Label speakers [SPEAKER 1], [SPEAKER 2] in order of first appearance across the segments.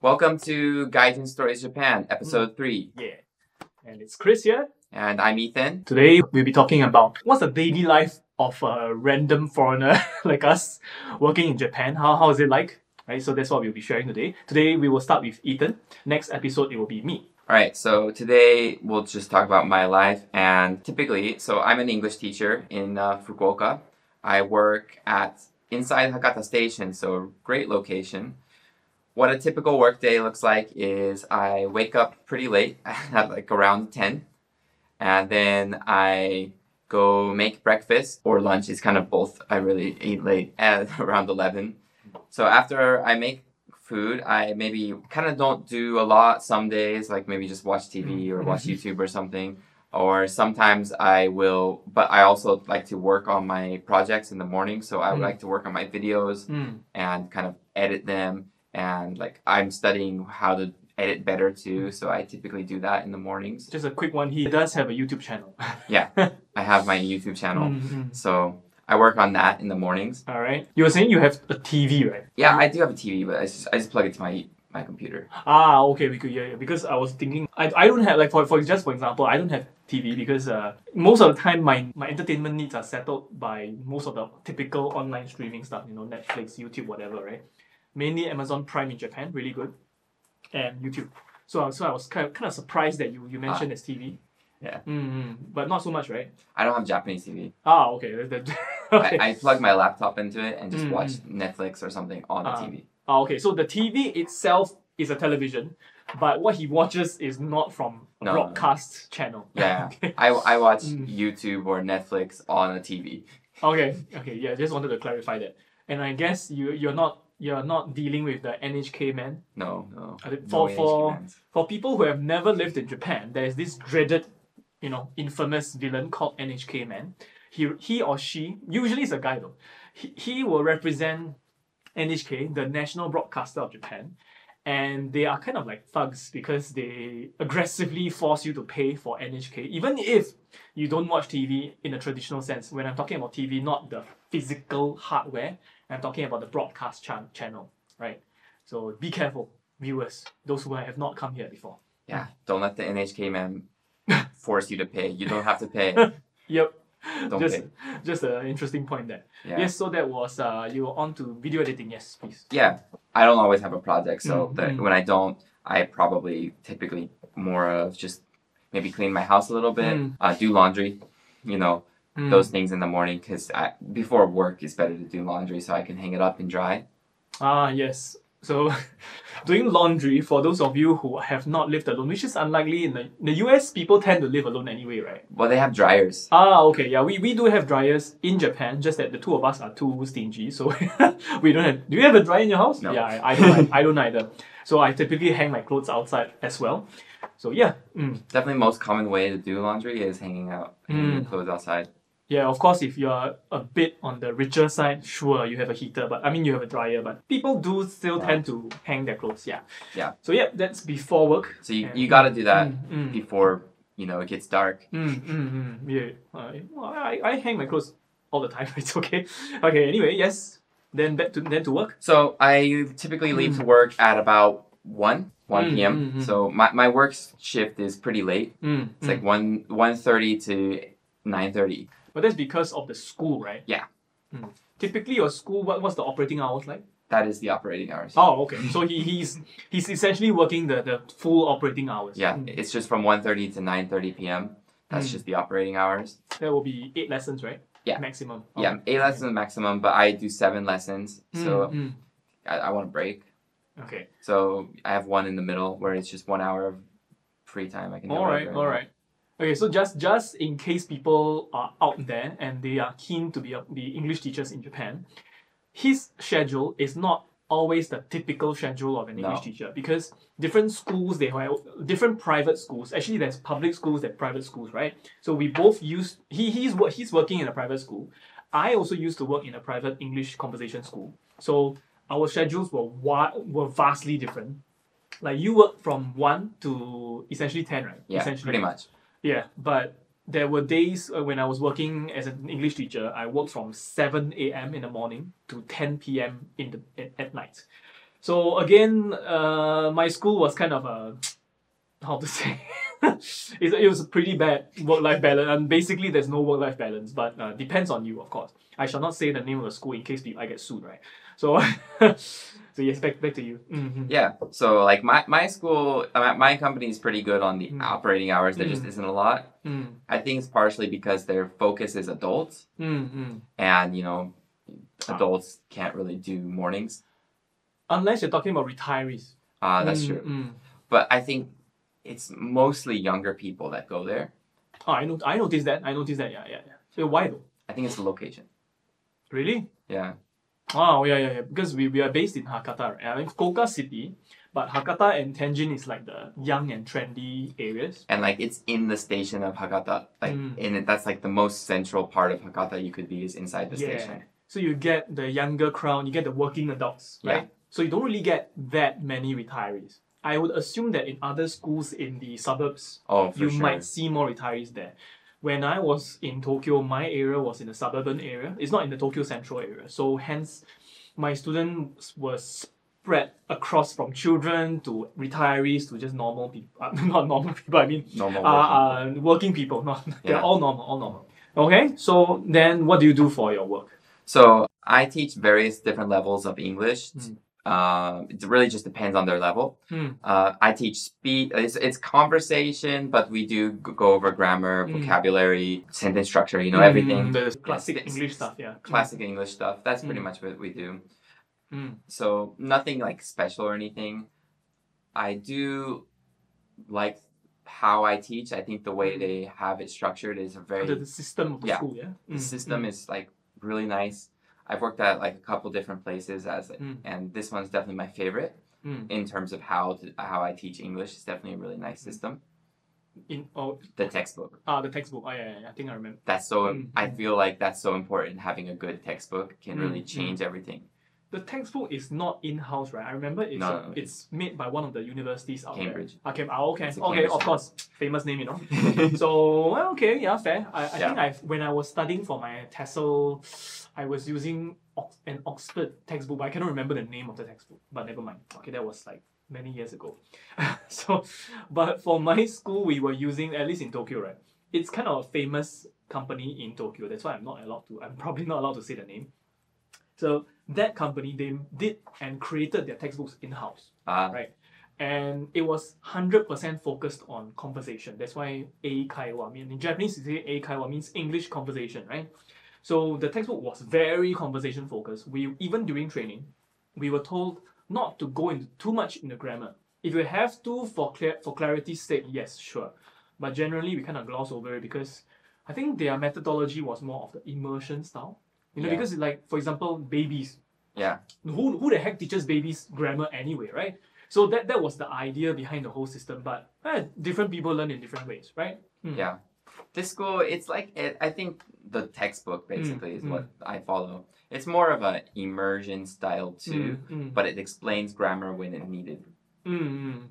[SPEAKER 1] Welcome to Gaijin Stories Japan, episode 3.
[SPEAKER 2] Yeah. And it's Chris here.
[SPEAKER 1] And I'm Ethan.
[SPEAKER 2] Today we'll be talking about what's the daily life of a random foreigner like us working in Japan. How how is it like? Right, so that's what we'll be sharing today. Today we will start with Ethan. Next episode it will be me.
[SPEAKER 1] Alright, so today we'll just talk about my life. And typically, so I'm an English teacher in uh, Fukuoka. I work at inside Hakata Station, so a great location. What a typical workday looks like is I wake up pretty late, at like around 10, and then I go make breakfast or lunch. It's kind of both. I really eat late at around 11. So after I make food, I maybe kind of don't do a lot some days, like maybe just watch TV or watch YouTube or something. Or sometimes I will, but I also like to work on my projects in the morning. So I would
[SPEAKER 2] Mm.
[SPEAKER 1] like to work on my videos and kind of edit them and like i'm studying how to edit better
[SPEAKER 2] Mm.
[SPEAKER 1] too so i typically do that in the mornings
[SPEAKER 2] Just a quick one. He does have a YouTube channel.
[SPEAKER 1] i have my youtube channel
[SPEAKER 2] Mm, mm.
[SPEAKER 1] so i work on that in the mornings
[SPEAKER 2] All right. You were saying you have a TV, right?
[SPEAKER 1] yeah i do have a tv but i just, I just plug it to my my computer
[SPEAKER 2] Ah, okay, because yeah, yeah, because I was thinking I, I don't have like for, for just for example, I don't have TV because uh, most of the time my, my entertainment needs are settled by most of the typical online streaming stuff, you know, Netflix, YouTube, whatever, right? Mainly Amazon Prime in Japan, really good. And YouTube. So, I- so I was kind of, kind of surprised that you, you mentioned as TV.
[SPEAKER 1] Yeah.
[SPEAKER 2] mm But not so much, right?
[SPEAKER 1] i don't have japanese tv
[SPEAKER 2] Ah, okay. that- that- okay.
[SPEAKER 1] I, I plug my laptop into it and just
[SPEAKER 2] Mm,
[SPEAKER 1] watch netflix or something on the
[SPEAKER 2] Ah.
[SPEAKER 1] tv
[SPEAKER 2] Ah, okay. So the TV itself is a television, but what he watches is not from
[SPEAKER 1] No, no,
[SPEAKER 2] a
[SPEAKER 1] no.
[SPEAKER 2] broadcast channel.
[SPEAKER 1] Yeah.
[SPEAKER 2] okay.
[SPEAKER 1] I, I watch
[SPEAKER 2] Mm.
[SPEAKER 1] youtube or netflix on a tv
[SPEAKER 2] okay. Okay. Yeah. Just wanted to clarify that. And I guess you you're not you're not dealing with the NHK man.
[SPEAKER 1] no no
[SPEAKER 2] I think
[SPEAKER 1] no
[SPEAKER 2] for-
[SPEAKER 1] NHK
[SPEAKER 2] for-
[SPEAKER 1] bands.
[SPEAKER 2] For people who have never lived in Japan, there is this dreaded, you know, infamous villain called NHK man. He he or she usually it's a guy though. He, he will represent NHK, the national broadcaster of Japan, and they are kind of like thugs because they aggressively force you to pay for NHK, even if you don't watch TV in a traditional sense. When I'm talking about TV, not the physical hardware, I'm talking about the broadcast chan- channel, right? So be careful, viewers, those who have not come here before.
[SPEAKER 1] yeah don't let the nhk man force you to pay you don't have to pay
[SPEAKER 2] Yep.
[SPEAKER 1] Don't
[SPEAKER 2] just, just an interesting point there.
[SPEAKER 1] yeah
[SPEAKER 2] Yes, so that was uh, you were on to video editing. Yes, please.
[SPEAKER 1] yeah, I don't always have a project, so
[SPEAKER 2] Mm,
[SPEAKER 1] that
[SPEAKER 2] mm.
[SPEAKER 1] when I don't, I probably typically more of just maybe clean my house a little bit,
[SPEAKER 2] Mm.
[SPEAKER 1] uh, do laundry, you know,
[SPEAKER 2] Mm.
[SPEAKER 1] those things in the morning because before work it's better to do laundry so I can hang it up and dry.
[SPEAKER 2] Ah, yes. So, doing laundry for those of you who have not lived alone, which is unlikely in the, in the US, people tend to live alone anyway, right?
[SPEAKER 1] Well, they have dryers.
[SPEAKER 2] Ah, okay. Yeah, we, we do have dryers in Japan, just that the two of us are too stingy, so we don't have. Do you have a dryer in your house?
[SPEAKER 1] No.
[SPEAKER 2] Yeah, I, I don't. I, I don't either. So I typically hang my clothes outside as well. So yeah, mm.
[SPEAKER 1] Definitely, most common way to do laundry is hanging out, hanging
[SPEAKER 2] Mm.
[SPEAKER 1] your clothes outside.
[SPEAKER 2] yeah. Of course, if you're a bit on the richer side, sure you have a heater, but I mean you have a dryer, but people do still
[SPEAKER 1] Yeah.
[SPEAKER 2] tend to hang their clothes. Yeah.
[SPEAKER 1] Yeah.
[SPEAKER 2] So yeah, that's before work.
[SPEAKER 1] So you,
[SPEAKER 2] Yeah.
[SPEAKER 1] you got to do that
[SPEAKER 2] Mm, mm.
[SPEAKER 1] before you know it gets dark.
[SPEAKER 2] Mm, mm, mm, yeah. I, well, I, I hang my clothes all the time. It's okay. Okay. Anyway, yes. Then back to then to work.
[SPEAKER 1] So I typically leave
[SPEAKER 2] Hmm.
[SPEAKER 1] to work at about one. 1
[SPEAKER 2] Mm,
[SPEAKER 1] p.m.
[SPEAKER 2] mm, mm.
[SPEAKER 1] So my, my work shift is pretty late.
[SPEAKER 2] Mm,
[SPEAKER 1] It's
[SPEAKER 2] mm.
[SPEAKER 1] like one one thirty to nine thirty.
[SPEAKER 2] but that's because of the school, right?
[SPEAKER 1] Yeah.
[SPEAKER 2] Mm. Typically, your school. What was the operating hours like?
[SPEAKER 1] That is the operating hours.
[SPEAKER 2] Oh, okay. so he, he's he's essentially working the, the full operating hours.
[SPEAKER 1] Yeah,
[SPEAKER 2] Mm.
[SPEAKER 1] it's just from 1.30 to nine thirty p.m. That's
[SPEAKER 2] Mm.
[SPEAKER 1] just the operating hours.
[SPEAKER 2] There will be eight lessons, right?
[SPEAKER 1] Yeah.
[SPEAKER 2] Maximum.
[SPEAKER 1] Yeah, eight lessons maximum, but I do seven lessons,
[SPEAKER 2] Mm,
[SPEAKER 1] so
[SPEAKER 2] mm.
[SPEAKER 1] I, I want a break.
[SPEAKER 2] Okay.
[SPEAKER 1] So I have one in the middle where it's just one hour of free time. I can. do
[SPEAKER 2] All right.
[SPEAKER 1] whatever I
[SPEAKER 2] All
[SPEAKER 1] want.
[SPEAKER 2] right. Okay. So just just in case people are out there and they are keen to be a- be English teachers in Japan, his schedule is not always the typical schedule of an
[SPEAKER 1] No.
[SPEAKER 2] English teacher because different schools they have different private schools. Actually, there's public schools, there's private schools, right? So we both use he he's wo- he's working in a private school. I also used to work in a private English conversation school. So our schedules were wa- were vastly different. Like you work from one to essentially ten, right?
[SPEAKER 1] Yeah,
[SPEAKER 2] essentially.
[SPEAKER 1] pretty much.
[SPEAKER 2] Yeah, but there were days uh, when I was working as an English teacher. I worked from seven a.m. in the morning to ten p.m. in the at, at night. So again, uh, my school was kind of a how to say. it, it was a pretty bad work-life balance, and basically there's no work-life balance, but uh, depends on you, of course. I shall not say the name of the school in case I get sued, right? So, so yes, back back to you. Mhm.
[SPEAKER 1] Yeah. So like my my school, uh, my- my company is pretty good on the
[SPEAKER 2] Mm.
[SPEAKER 1] operating hours. There just
[SPEAKER 2] Mm.
[SPEAKER 1] isn't a lot.
[SPEAKER 2] Mm,
[SPEAKER 1] I think it's partially because their focus is adults,
[SPEAKER 2] mm, mm.
[SPEAKER 1] and you know,
[SPEAKER 2] Ah.
[SPEAKER 1] adults can't really do mornings.
[SPEAKER 2] Unless you're talking about retirees.
[SPEAKER 1] Uh, that's
[SPEAKER 2] Mm,
[SPEAKER 1] true.
[SPEAKER 2] mm.
[SPEAKER 1] But I think it's mostly younger people that go there.
[SPEAKER 2] Oh, I know. I noticed that. I noticed that. Yeah, yeah, yeah. So why though?
[SPEAKER 1] I think it's the location.
[SPEAKER 2] Really?
[SPEAKER 1] Yeah.
[SPEAKER 2] Oh yeah, yeah, yeah. Because we, we are based in Hakata, right? I mean Fukuoka City, but Hakata and Tenjin is like the young and trendy areas.
[SPEAKER 1] And like it's in the station of Hakata. Like
[SPEAKER 2] Mm.
[SPEAKER 1] in it, that's like the most central part of Hakata you could be is inside the station.
[SPEAKER 2] So you get the younger crowd, you get the working adults, right?
[SPEAKER 1] Yeah.
[SPEAKER 2] So you don't really get that many retirees. I would assume that in other schools in the suburbs,
[SPEAKER 1] Oh, for
[SPEAKER 2] you
[SPEAKER 1] sure.
[SPEAKER 2] might see more retirees there. When I was in Tokyo, my area was in the suburban area. It's not in the Tokyo central area. So hence, my students were spread across from children to retirees to just normal people. Uh, not normal people. I mean,
[SPEAKER 1] Normal.
[SPEAKER 2] uh, uh, working people. Not they're
[SPEAKER 1] Yeah.
[SPEAKER 2] all normal. All normal. Okay. So then, what do you do for your work?
[SPEAKER 1] So I teach various different levels of English.
[SPEAKER 2] Mm.
[SPEAKER 1] Um, it really just depends on their level.
[SPEAKER 2] Mm.
[SPEAKER 1] Uh, I teach speech. It's, it's conversation, but we do g- go over grammar,
[SPEAKER 2] Mm.
[SPEAKER 1] vocabulary, sentence structure. You know
[SPEAKER 2] Mm,
[SPEAKER 1] everything.
[SPEAKER 2] The classic
[SPEAKER 1] it's-
[SPEAKER 2] English stuff. Yeah. Hmm.
[SPEAKER 1] Classic English stuff. That's pretty
[SPEAKER 2] Mm.
[SPEAKER 1] much what we do.
[SPEAKER 2] Mm.
[SPEAKER 1] So nothing like special or anything. I do like how I teach. I think the way they have it structured is a very
[SPEAKER 2] Hmm. The, the system of the
[SPEAKER 1] Yeah.
[SPEAKER 2] school. Yeah. Hmm.
[SPEAKER 1] the system
[SPEAKER 2] mm.
[SPEAKER 1] is like really nice. I've worked at like a couple different places as
[SPEAKER 2] Mm.
[SPEAKER 1] and this one's definitely my favorite
[SPEAKER 2] Mm.
[SPEAKER 1] in terms of how to, how I teach English. It's definitely a really nice system.
[SPEAKER 2] In oh
[SPEAKER 1] The textbook.
[SPEAKER 2] ah the textbook. Oh, yeah, yeah, yeah. I think I remember.
[SPEAKER 1] That's so
[SPEAKER 2] Mm,
[SPEAKER 1] I
[SPEAKER 2] mm.
[SPEAKER 1] feel like that's so important. Having a good textbook can
[SPEAKER 2] Mm,
[SPEAKER 1] really
[SPEAKER 2] mm.
[SPEAKER 1] change everything.
[SPEAKER 2] The textbook is not in house, right? I remember it's
[SPEAKER 1] No, no, no.
[SPEAKER 2] it's made by one of the universities out
[SPEAKER 1] Cambridge.
[SPEAKER 2] there. Okay, oh, okay,
[SPEAKER 1] It's a
[SPEAKER 2] okay,
[SPEAKER 1] Cambridge
[SPEAKER 2] of
[SPEAKER 1] thing.
[SPEAKER 2] course, famous name, you know.
[SPEAKER 1] Uh,
[SPEAKER 2] so well, okay, yeah, fair. I, I
[SPEAKER 1] Yeah.
[SPEAKER 2] think I when I was studying for my TESOL, I was using Ox- an Oxford textbook, but I cannot remember the name of the textbook. But never mind. Okay, that was like many years ago. so, but for my school, we were using at least in Tokyo, right? It's kind of a famous company in Tokyo. That's why I'm not allowed to. I'm probably not allowed to say the name. So that company they did and created their textbooks in house
[SPEAKER 1] Uh,
[SPEAKER 2] Right. and it was 100% focused on conversation. That's why Eikaiwa mean in Japanese you say Eikaiwa means English conversation, right? So the textbook was very conversation focused. We even during training, we were told not to go into too much in the grammar. If you have to for clear for clarity's sake, yes, sure. But generally we kind of gloss over it because I think their methodology was more of the immersion style. You know,
[SPEAKER 1] Yeah.
[SPEAKER 2] because like for example, babies,
[SPEAKER 1] yeah.
[SPEAKER 2] who, who the heck teaches babies grammar anyway, right? So that, that was the idea behind the whole system, but eh, different people learn in different ways, right? Mm.
[SPEAKER 1] Yeah. This school, it's like it, I think the textbook basically is
[SPEAKER 2] mm.
[SPEAKER 1] what I follow. It's more of a immersion style too,
[SPEAKER 2] Mm, mm,
[SPEAKER 1] but it explains grammar when it needed.
[SPEAKER 2] mm, mm.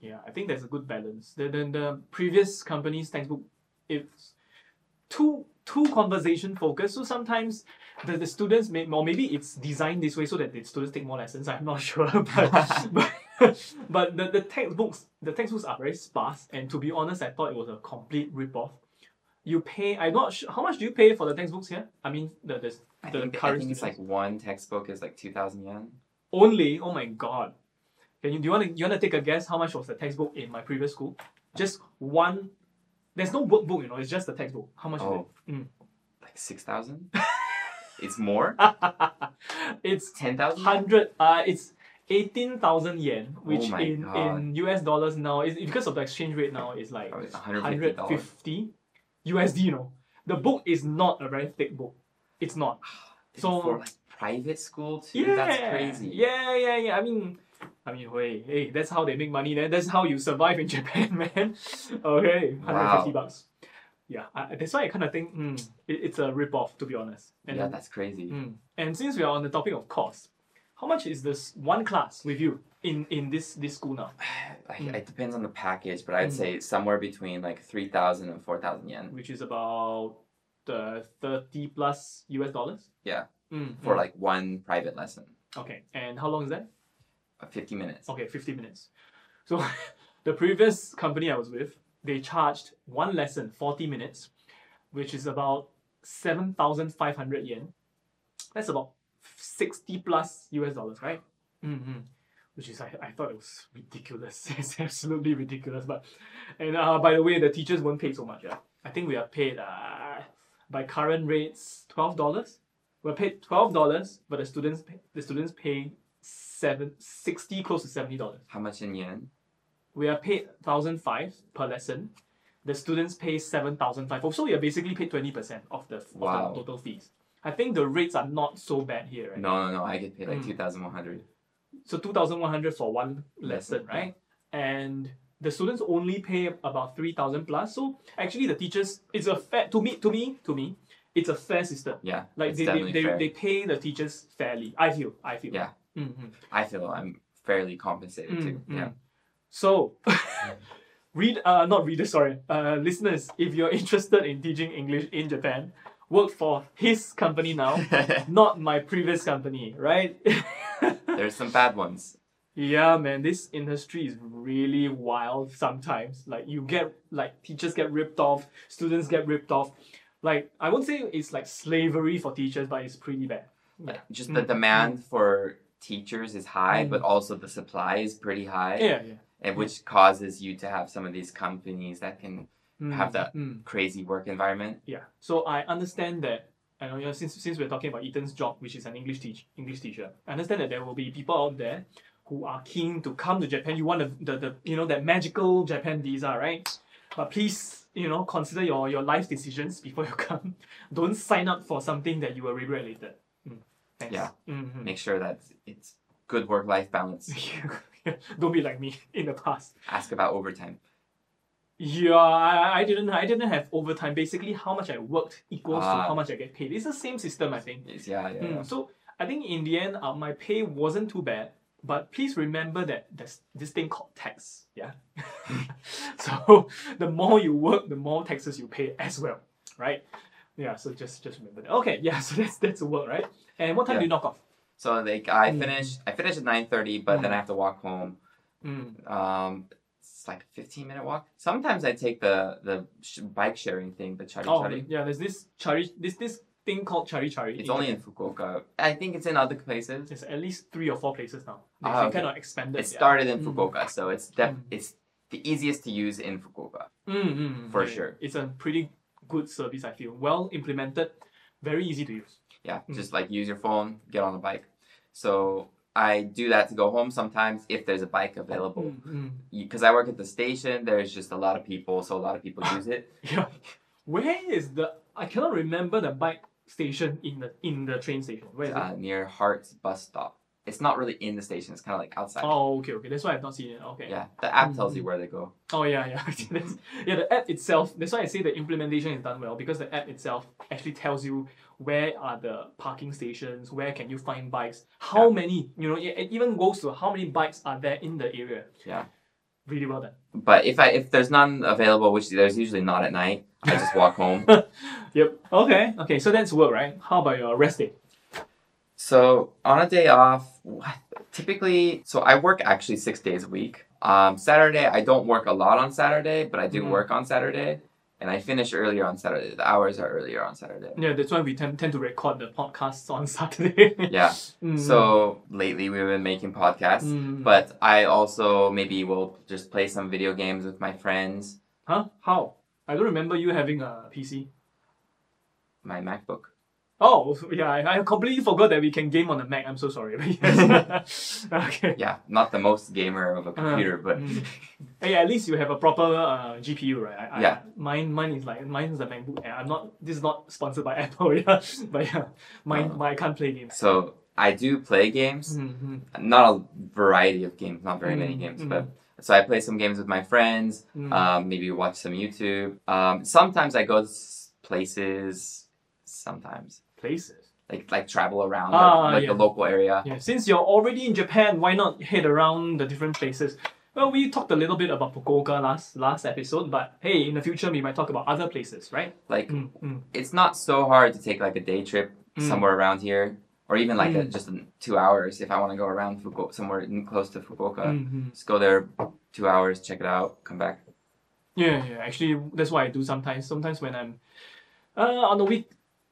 [SPEAKER 2] Yeah, I think there's a good balance. The, the, the previous company's textbook, it's too too conversation focused. So sometimes the, the students may or maybe it's designed this way so that the students take more lessons. I'm not sure, but but, but the, the textbooks the textbooks are very sparse. And to be honest, I thought it was a complete rip off. You pay. I'm not sure how much do you pay for the textbooks here. I mean the the,
[SPEAKER 1] I
[SPEAKER 2] the
[SPEAKER 1] think, I
[SPEAKER 2] current
[SPEAKER 1] think it's
[SPEAKER 2] students.
[SPEAKER 1] like one textbook is like 2,000 yen.
[SPEAKER 2] only. Oh my god! Can you do you want to you want to take a guess how much was the textbook in my previous school? Just one. There's no workbook, you know. It's just the textbook. How much?
[SPEAKER 1] Oh,
[SPEAKER 2] Is it?
[SPEAKER 1] like 6,000? it's more?
[SPEAKER 2] Mm. it's
[SPEAKER 1] 10,000?
[SPEAKER 2] hundred. Uh, it's eighteen thousand yen, which
[SPEAKER 1] Oh my
[SPEAKER 2] in,
[SPEAKER 1] God.
[SPEAKER 2] in US dollars now is because of the exchange rate now is like
[SPEAKER 1] Probably
[SPEAKER 2] hundred
[SPEAKER 1] $150.
[SPEAKER 2] fifty USD. You know, the book is not a very thick book. It's not. So-
[SPEAKER 1] for like private school too? That's crazy.
[SPEAKER 2] Yeah, yeah, yeah. I mean, I mean, wait, hey, that's how they make money. Then that's how you survive in Japan, man. okay, hundred
[SPEAKER 1] Wow.
[SPEAKER 2] fifty bucks. Yeah, I, I- that's why I kind of think hmm, it, it's a rip off, to be honest. And
[SPEAKER 1] Yeah, that's crazy.
[SPEAKER 2] Mm. And since we are on the topic of cost, how much is this one class with you in in this this school now?
[SPEAKER 1] I,
[SPEAKER 2] Mm.
[SPEAKER 1] It depends on the package, but I'd say somewhere between like 3,000 and 4,000 yen
[SPEAKER 2] Which is about uh, thirty plus US dollars.
[SPEAKER 1] Yeah.
[SPEAKER 2] Mm,
[SPEAKER 1] for
[SPEAKER 2] mm.
[SPEAKER 1] like one private lesson.
[SPEAKER 2] okay, and how long is that?
[SPEAKER 1] 50 minutes.
[SPEAKER 2] Okay, 50 minutes. So the previous company I was with, they charged one lesson, 40 minutes, which is about 7,500 yen. That's about 60 plus US dollars, right? Mm-hmm. Which is, I, I thought it was ridiculous. it's absolutely ridiculous. But, and uh, by the way, the teachers weren't paid so much. Yeah? I think we are paid uh, by current rates $12. We're paid $12, but the students pay, the students pay seven, 60, close to $70.
[SPEAKER 1] How much in yen?
[SPEAKER 2] We are paid thousand five per lesson. The students pay seven thousand five. So we are basically paid twenty percent of the
[SPEAKER 1] Wow.
[SPEAKER 2] of the total fees. I think the rates are not so bad here, right?
[SPEAKER 1] No, no, no. I get paid like
[SPEAKER 2] Mm.
[SPEAKER 1] 2,100.
[SPEAKER 2] So two thousand one hundred for one
[SPEAKER 1] Lesson,
[SPEAKER 2] lesson, right? And the students only pay about three thousand plus. So actually, the teachers it's a fair to me to me to me it's a fair system.
[SPEAKER 1] Yeah.
[SPEAKER 2] Like
[SPEAKER 1] it's
[SPEAKER 2] they, they,
[SPEAKER 1] definitely
[SPEAKER 2] they,
[SPEAKER 1] fair.
[SPEAKER 2] they pay the teachers fairly. I feel I feel.
[SPEAKER 1] Yeah.
[SPEAKER 2] hmm
[SPEAKER 1] I feel I'm fairly compensated too.
[SPEAKER 2] Mm,
[SPEAKER 1] Yeah.
[SPEAKER 2] mm. So, read uh not readers sorry uh listeners if you're interested in teaching English in Japan, work for his company now, not my previous company, right?
[SPEAKER 1] There's some bad ones.
[SPEAKER 2] yeah, man, this industry is really wild sometimes. Like you get like teachers get ripped off, students get ripped off. Like I won't say it's like slavery for teachers, but it's pretty bad. Yeah.
[SPEAKER 1] Just the
[SPEAKER 2] mm.
[SPEAKER 1] demand for teachers is high, but also the supply is pretty high,
[SPEAKER 2] Yeah, yeah.
[SPEAKER 1] and which causes you to have some of these companies that can
[SPEAKER 2] Mm,
[SPEAKER 1] have that
[SPEAKER 2] mm.
[SPEAKER 1] crazy work environment.
[SPEAKER 2] Yeah. So I understand that. I know, you know, since since we're talking about Ethan's job, which is an English teach English teacher, I understand that there will be people out there who are keen to come to Japan. You want the, the, the you know that magical Japan visa, right? But please, you know, consider your, your life decisions before you come. Don't sign up for something that you will regret later. Mm. Thanks.
[SPEAKER 1] Yeah.
[SPEAKER 2] Mhm.
[SPEAKER 1] Make sure that it's good work-life balance.
[SPEAKER 2] Don't be like me in the past.
[SPEAKER 1] Ask about overtime.
[SPEAKER 2] Yeah, I, I didn't I didn't have overtime. Basically, how much I worked equals to
[SPEAKER 1] Ah.
[SPEAKER 2] how much I get paid. It's the same system, I think.
[SPEAKER 1] It's- yeah, yeah.
[SPEAKER 2] Mm,
[SPEAKER 1] yeah.
[SPEAKER 2] so I think in the end, uh, my pay wasn't too bad. But please remember that there's this thing called tax. Yeah. so the more you work, the more taxes you pay as well, right? Yeah. So just just remember that. Okay. Yeah. So that's that's the work, right? And what time
[SPEAKER 1] Yeah.
[SPEAKER 2] do you knock off?
[SPEAKER 1] So like I
[SPEAKER 2] Mm.
[SPEAKER 1] finished, I finished at nine thirty, but then I have to walk home.
[SPEAKER 2] Mm.
[SPEAKER 1] Um, it's like a fifteen minute walk. Sometimes I take the the sh- bike sharing thing, the chari
[SPEAKER 2] Oh,
[SPEAKER 1] chari.
[SPEAKER 2] yeah. There's this chari this this thing called chari chari.
[SPEAKER 1] It's only in Fukuoka. I think it's in other places.
[SPEAKER 2] There's at least three or four places now. They,
[SPEAKER 1] Ah,
[SPEAKER 2] they
[SPEAKER 1] okay.
[SPEAKER 2] kind of expanded.
[SPEAKER 1] It
[SPEAKER 2] yeah.
[SPEAKER 1] started in
[SPEAKER 2] Mm.
[SPEAKER 1] Fukuoka, so it's def-
[SPEAKER 2] Mm.
[SPEAKER 1] it's the easiest to use in Fukuoka.
[SPEAKER 2] Mm, mm, mm,
[SPEAKER 1] For
[SPEAKER 2] yeah, yeah.
[SPEAKER 1] sure.
[SPEAKER 2] It's a pretty good service, I feel. Well implemented, very easy to use.
[SPEAKER 1] Yeah,
[SPEAKER 2] Mm.
[SPEAKER 1] just like use your phone, get on a bike. So I do that to go home sometimes if there's a bike available.
[SPEAKER 2] Mm, mm.
[SPEAKER 1] Because I work at the station, there's just a lot of people, so a lot of people use it.
[SPEAKER 2] Yeah. Where is the I cannot remember the bike station in the in the train station. Where is it?
[SPEAKER 1] uh, near Hart's bus stop. It's not really in the station. It's kind of like outside.
[SPEAKER 2] Oh okay, okay. That's why I've not seen it. Okay.
[SPEAKER 1] Yeah, the app tells you where they go.
[SPEAKER 2] Oh yeah, yeah. That's- yeah, the app itself. That's why I say the implementation is done well because the app itself actually tells you where are the parking stations, where can you find bikes, how
[SPEAKER 1] Yeah.
[SPEAKER 2] many. You know, it it even goes to how many bikes are there in the area.
[SPEAKER 1] Yeah.
[SPEAKER 2] Really well done.
[SPEAKER 1] But if I if there's none available, which there's usually not at night, I just walk home.
[SPEAKER 2] Yep. Okay. Okay. So that's work, right? How about your rest day?
[SPEAKER 1] So on a day off, what typically, so I work actually six days a week. Um, Saturday, I don't work a lot on Saturday, but I do
[SPEAKER 2] Mhm.
[SPEAKER 1] work on Saturday, and I finish earlier on Saturday. The hours are earlier on Saturday.
[SPEAKER 2] Yeah, that's why we tend, tend to record the podcasts on Saturday.
[SPEAKER 1] Yeah.
[SPEAKER 2] Mm.
[SPEAKER 1] So lately, we've been making podcasts.
[SPEAKER 2] Mm.
[SPEAKER 1] But I also maybe will just play some video games with my friends,
[SPEAKER 2] huh? How? I don't remember you having a PC.
[SPEAKER 1] my MacBook.
[SPEAKER 2] Oh, so- yeah. I, I completely forgot that we can game on the Mac. I'm so sorry. But yes. okay.
[SPEAKER 1] Yeah, not the most gamer of a computer, but
[SPEAKER 2] mm. Hey, at least you have a proper uh, GPU, right? I, I-
[SPEAKER 1] Yeah.
[SPEAKER 2] mine, mine is like mine is a MacBook. Air. I'm not. This is not sponsored by Apple. Yeah. But yeah, mine,
[SPEAKER 1] Uh.
[SPEAKER 2] mine I can't play games.
[SPEAKER 1] so I do play games.
[SPEAKER 2] Mm-hmm.
[SPEAKER 1] Not a variety of games, not very many
[SPEAKER 2] Mm,
[SPEAKER 1] games,
[SPEAKER 2] mm.
[SPEAKER 1] but so I play some games with my friends.
[SPEAKER 2] mm-hmm.
[SPEAKER 1] Um, maybe watch some YouTube. Um, sometimes I go s- places. Sometimes
[SPEAKER 2] Places.
[SPEAKER 1] like like travel around like,
[SPEAKER 2] Ah,
[SPEAKER 1] like the
[SPEAKER 2] yeah.
[SPEAKER 1] local area.
[SPEAKER 2] Yeah, since you're already in Japan, why not head around the different places? Well, we talked a little bit about Fukuoka last last episode, but hey, in the future we might talk about other places, right?
[SPEAKER 1] Like
[SPEAKER 2] Mm, mm.
[SPEAKER 1] it's not so hard to take like a day trip
[SPEAKER 2] Mm.
[SPEAKER 1] somewhere around here. or even like a,
[SPEAKER 2] Mm.
[SPEAKER 1] just an, two hours if I want to go around Fuku- somewhere in, close to Fukuoka.
[SPEAKER 2] Mhm.
[SPEAKER 1] Just go there, two hours, check it out, come back.
[SPEAKER 2] Yeah, yeah. Actually, that's what I do sometimes. Sometimes when I'm uh, on the week,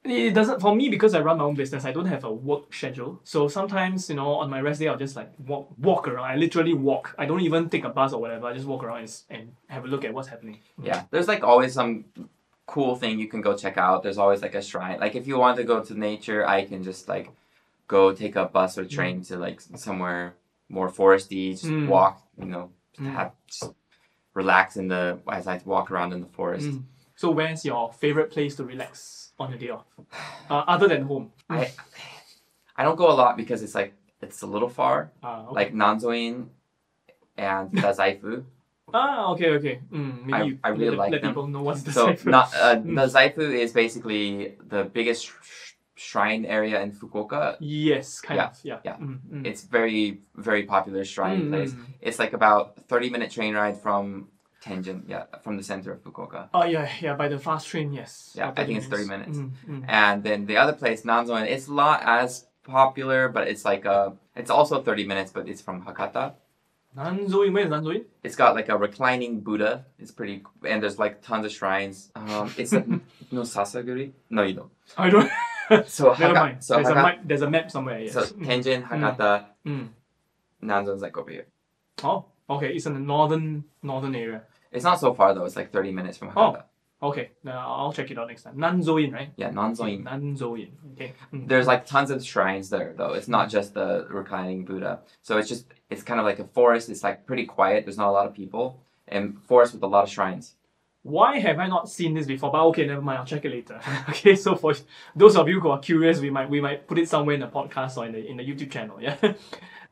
[SPEAKER 2] it doesn't for me because I run my own business. I don't have a work schedule, so sometimes you know on my rest day I'll just like walk walk around. I literally walk. I don't even take a bus or whatever. I just walk around and, s- and have a look at what's happening.
[SPEAKER 1] Yeah, there's like always some cool thing you can go check out. There's always like a shrine. Like if you want to go to nature, I can just like go take a bus or train to like somewhere more foresty, just
[SPEAKER 2] Mm.
[SPEAKER 1] walk, you know, just
[SPEAKER 2] Mm.
[SPEAKER 1] have just relax in the as I walk around in the forest.
[SPEAKER 2] Mm. So where's your favorite place to relax on your day off, uh, other than home?
[SPEAKER 1] I I don't go a lot because it's like it's a little far,
[SPEAKER 2] Uh, okay.
[SPEAKER 1] like Nanzoin and Dazaifu.
[SPEAKER 2] ah, okay, okay. Mm, maybe
[SPEAKER 1] I-
[SPEAKER 2] you
[SPEAKER 1] I really
[SPEAKER 2] let,
[SPEAKER 1] like
[SPEAKER 2] let
[SPEAKER 1] them.
[SPEAKER 2] people know what's the
[SPEAKER 1] so
[SPEAKER 2] cipher.
[SPEAKER 1] not uh,
[SPEAKER 2] Mm.
[SPEAKER 1] Dazaifu is basically the biggest sh- sh- shrine area in Fukuoka.
[SPEAKER 2] yes, kind
[SPEAKER 1] Yeah,
[SPEAKER 2] of. Yeah.
[SPEAKER 1] yeah.
[SPEAKER 2] Mm, mm.
[SPEAKER 1] It's very very popular shrine
[SPEAKER 2] Mm,
[SPEAKER 1] place.
[SPEAKER 2] mm.
[SPEAKER 1] It's like about thirty minute train ride from Tenjin, yeah, from the center of Fukuoka.
[SPEAKER 2] Oh yeah, yeah, by the fast train, yes.
[SPEAKER 1] Yeah, I think it's 30
[SPEAKER 2] Mm, mm.
[SPEAKER 1] And then the other place, Nanzoin, it's not as popular, but it's like a it's also thirty minutes, but it's from Hakata.
[SPEAKER 2] Nanzoin, where is Nanzoin?
[SPEAKER 1] It's got like a reclining Buddha. It's pretty, and there's like tons of shrines. Um, it's a, no Sasaguri. No, you don't.
[SPEAKER 2] I don't.
[SPEAKER 1] So
[SPEAKER 2] Never
[SPEAKER 1] Haka-
[SPEAKER 2] mind.
[SPEAKER 1] So
[SPEAKER 2] there's a
[SPEAKER 1] Haka-
[SPEAKER 2] map. There's a map somewhere. Yes.
[SPEAKER 1] So Tenjin, Hakata,
[SPEAKER 2] Mm.
[SPEAKER 1] Nanzo's like over here.
[SPEAKER 2] Oh, okay. It's in the northern northern area.
[SPEAKER 1] It's not so far though. It's like 30 minutes from
[SPEAKER 2] Oh.
[SPEAKER 1] Hakata.
[SPEAKER 2] Okay, now I'll check it out next time. Nanzoin, right?
[SPEAKER 1] Yeah, Nanzoin.
[SPEAKER 2] Nanzoin. Okay. Mm.
[SPEAKER 1] There's like tons of shrines there though. It's not just the reclining Buddha. So it's just it's kind of like a forest. It's like pretty quiet. There's not a lot of people and forest with a lot of shrines.
[SPEAKER 2] Why have I not seen this before? But okay, never mind. I'll check it later. okay. So for those of you who are curious, we might we might put it somewhere in the podcast or in the in the YouTube channel. Yeah.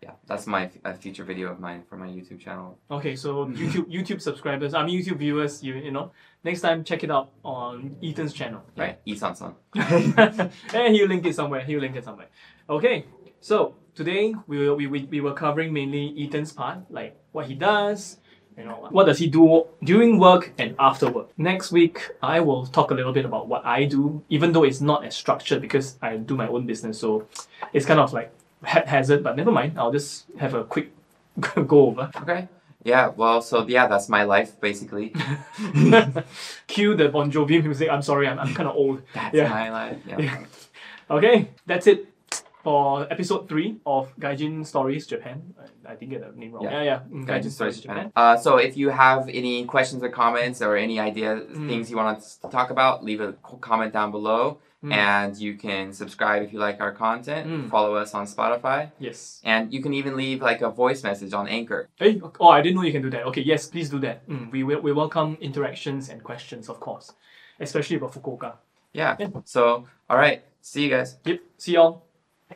[SPEAKER 1] Yeah, that's my f- a future video of mine for my YouTube channel.
[SPEAKER 2] Okay, so YouTube YouTube subscribers, I mean YouTube viewers, you you know, next time check it out on Ethan's channel, right?
[SPEAKER 1] Right, Isan-san.
[SPEAKER 2] and he'll link it somewhere. He'll link it somewhere. Okay, so today we were, we, we, we were covering mainly Ethan's part, like what he does, you know, what does he do during work and after work. Next week, I will talk a little bit about what I do, even though it's not as structured because I do my own business, so it's kind of like haphazard. But never mind, I'll just have a quick go over.
[SPEAKER 1] Okay. Yeah. Well, so yeah, that's my life basically.
[SPEAKER 2] Cue the Bon Jovi music. I'm sorry, I'm, I'm kind of old.
[SPEAKER 1] That's
[SPEAKER 2] Yeah.
[SPEAKER 1] my life. Yeah.
[SPEAKER 2] Yeah. Okay, that's it for episode three of Gaijin Stories Japan. I, I didn't get the name wrong. Yeah,
[SPEAKER 1] Yeah.
[SPEAKER 2] yeah. mm,
[SPEAKER 1] Okay, just search Japan. Uh, so if you have any questions or comments or any idea things you want us to talk about, leave a co- comment down below.
[SPEAKER 2] Mm.
[SPEAKER 1] And you can subscribe if you like our content.
[SPEAKER 2] Mm.
[SPEAKER 1] Follow us on Spotify.
[SPEAKER 2] Yes.
[SPEAKER 1] And you can even leave like a voice message on Anchor.
[SPEAKER 2] Hey, oh, I didn't know you can do that. Okay, yes, please do that. Mm, we, will, we welcome interactions and questions, of course, especially about Fukuoka.
[SPEAKER 1] Yeah.
[SPEAKER 2] Yeah.
[SPEAKER 1] So, all right. See you guys.
[SPEAKER 2] Yep, see y'all.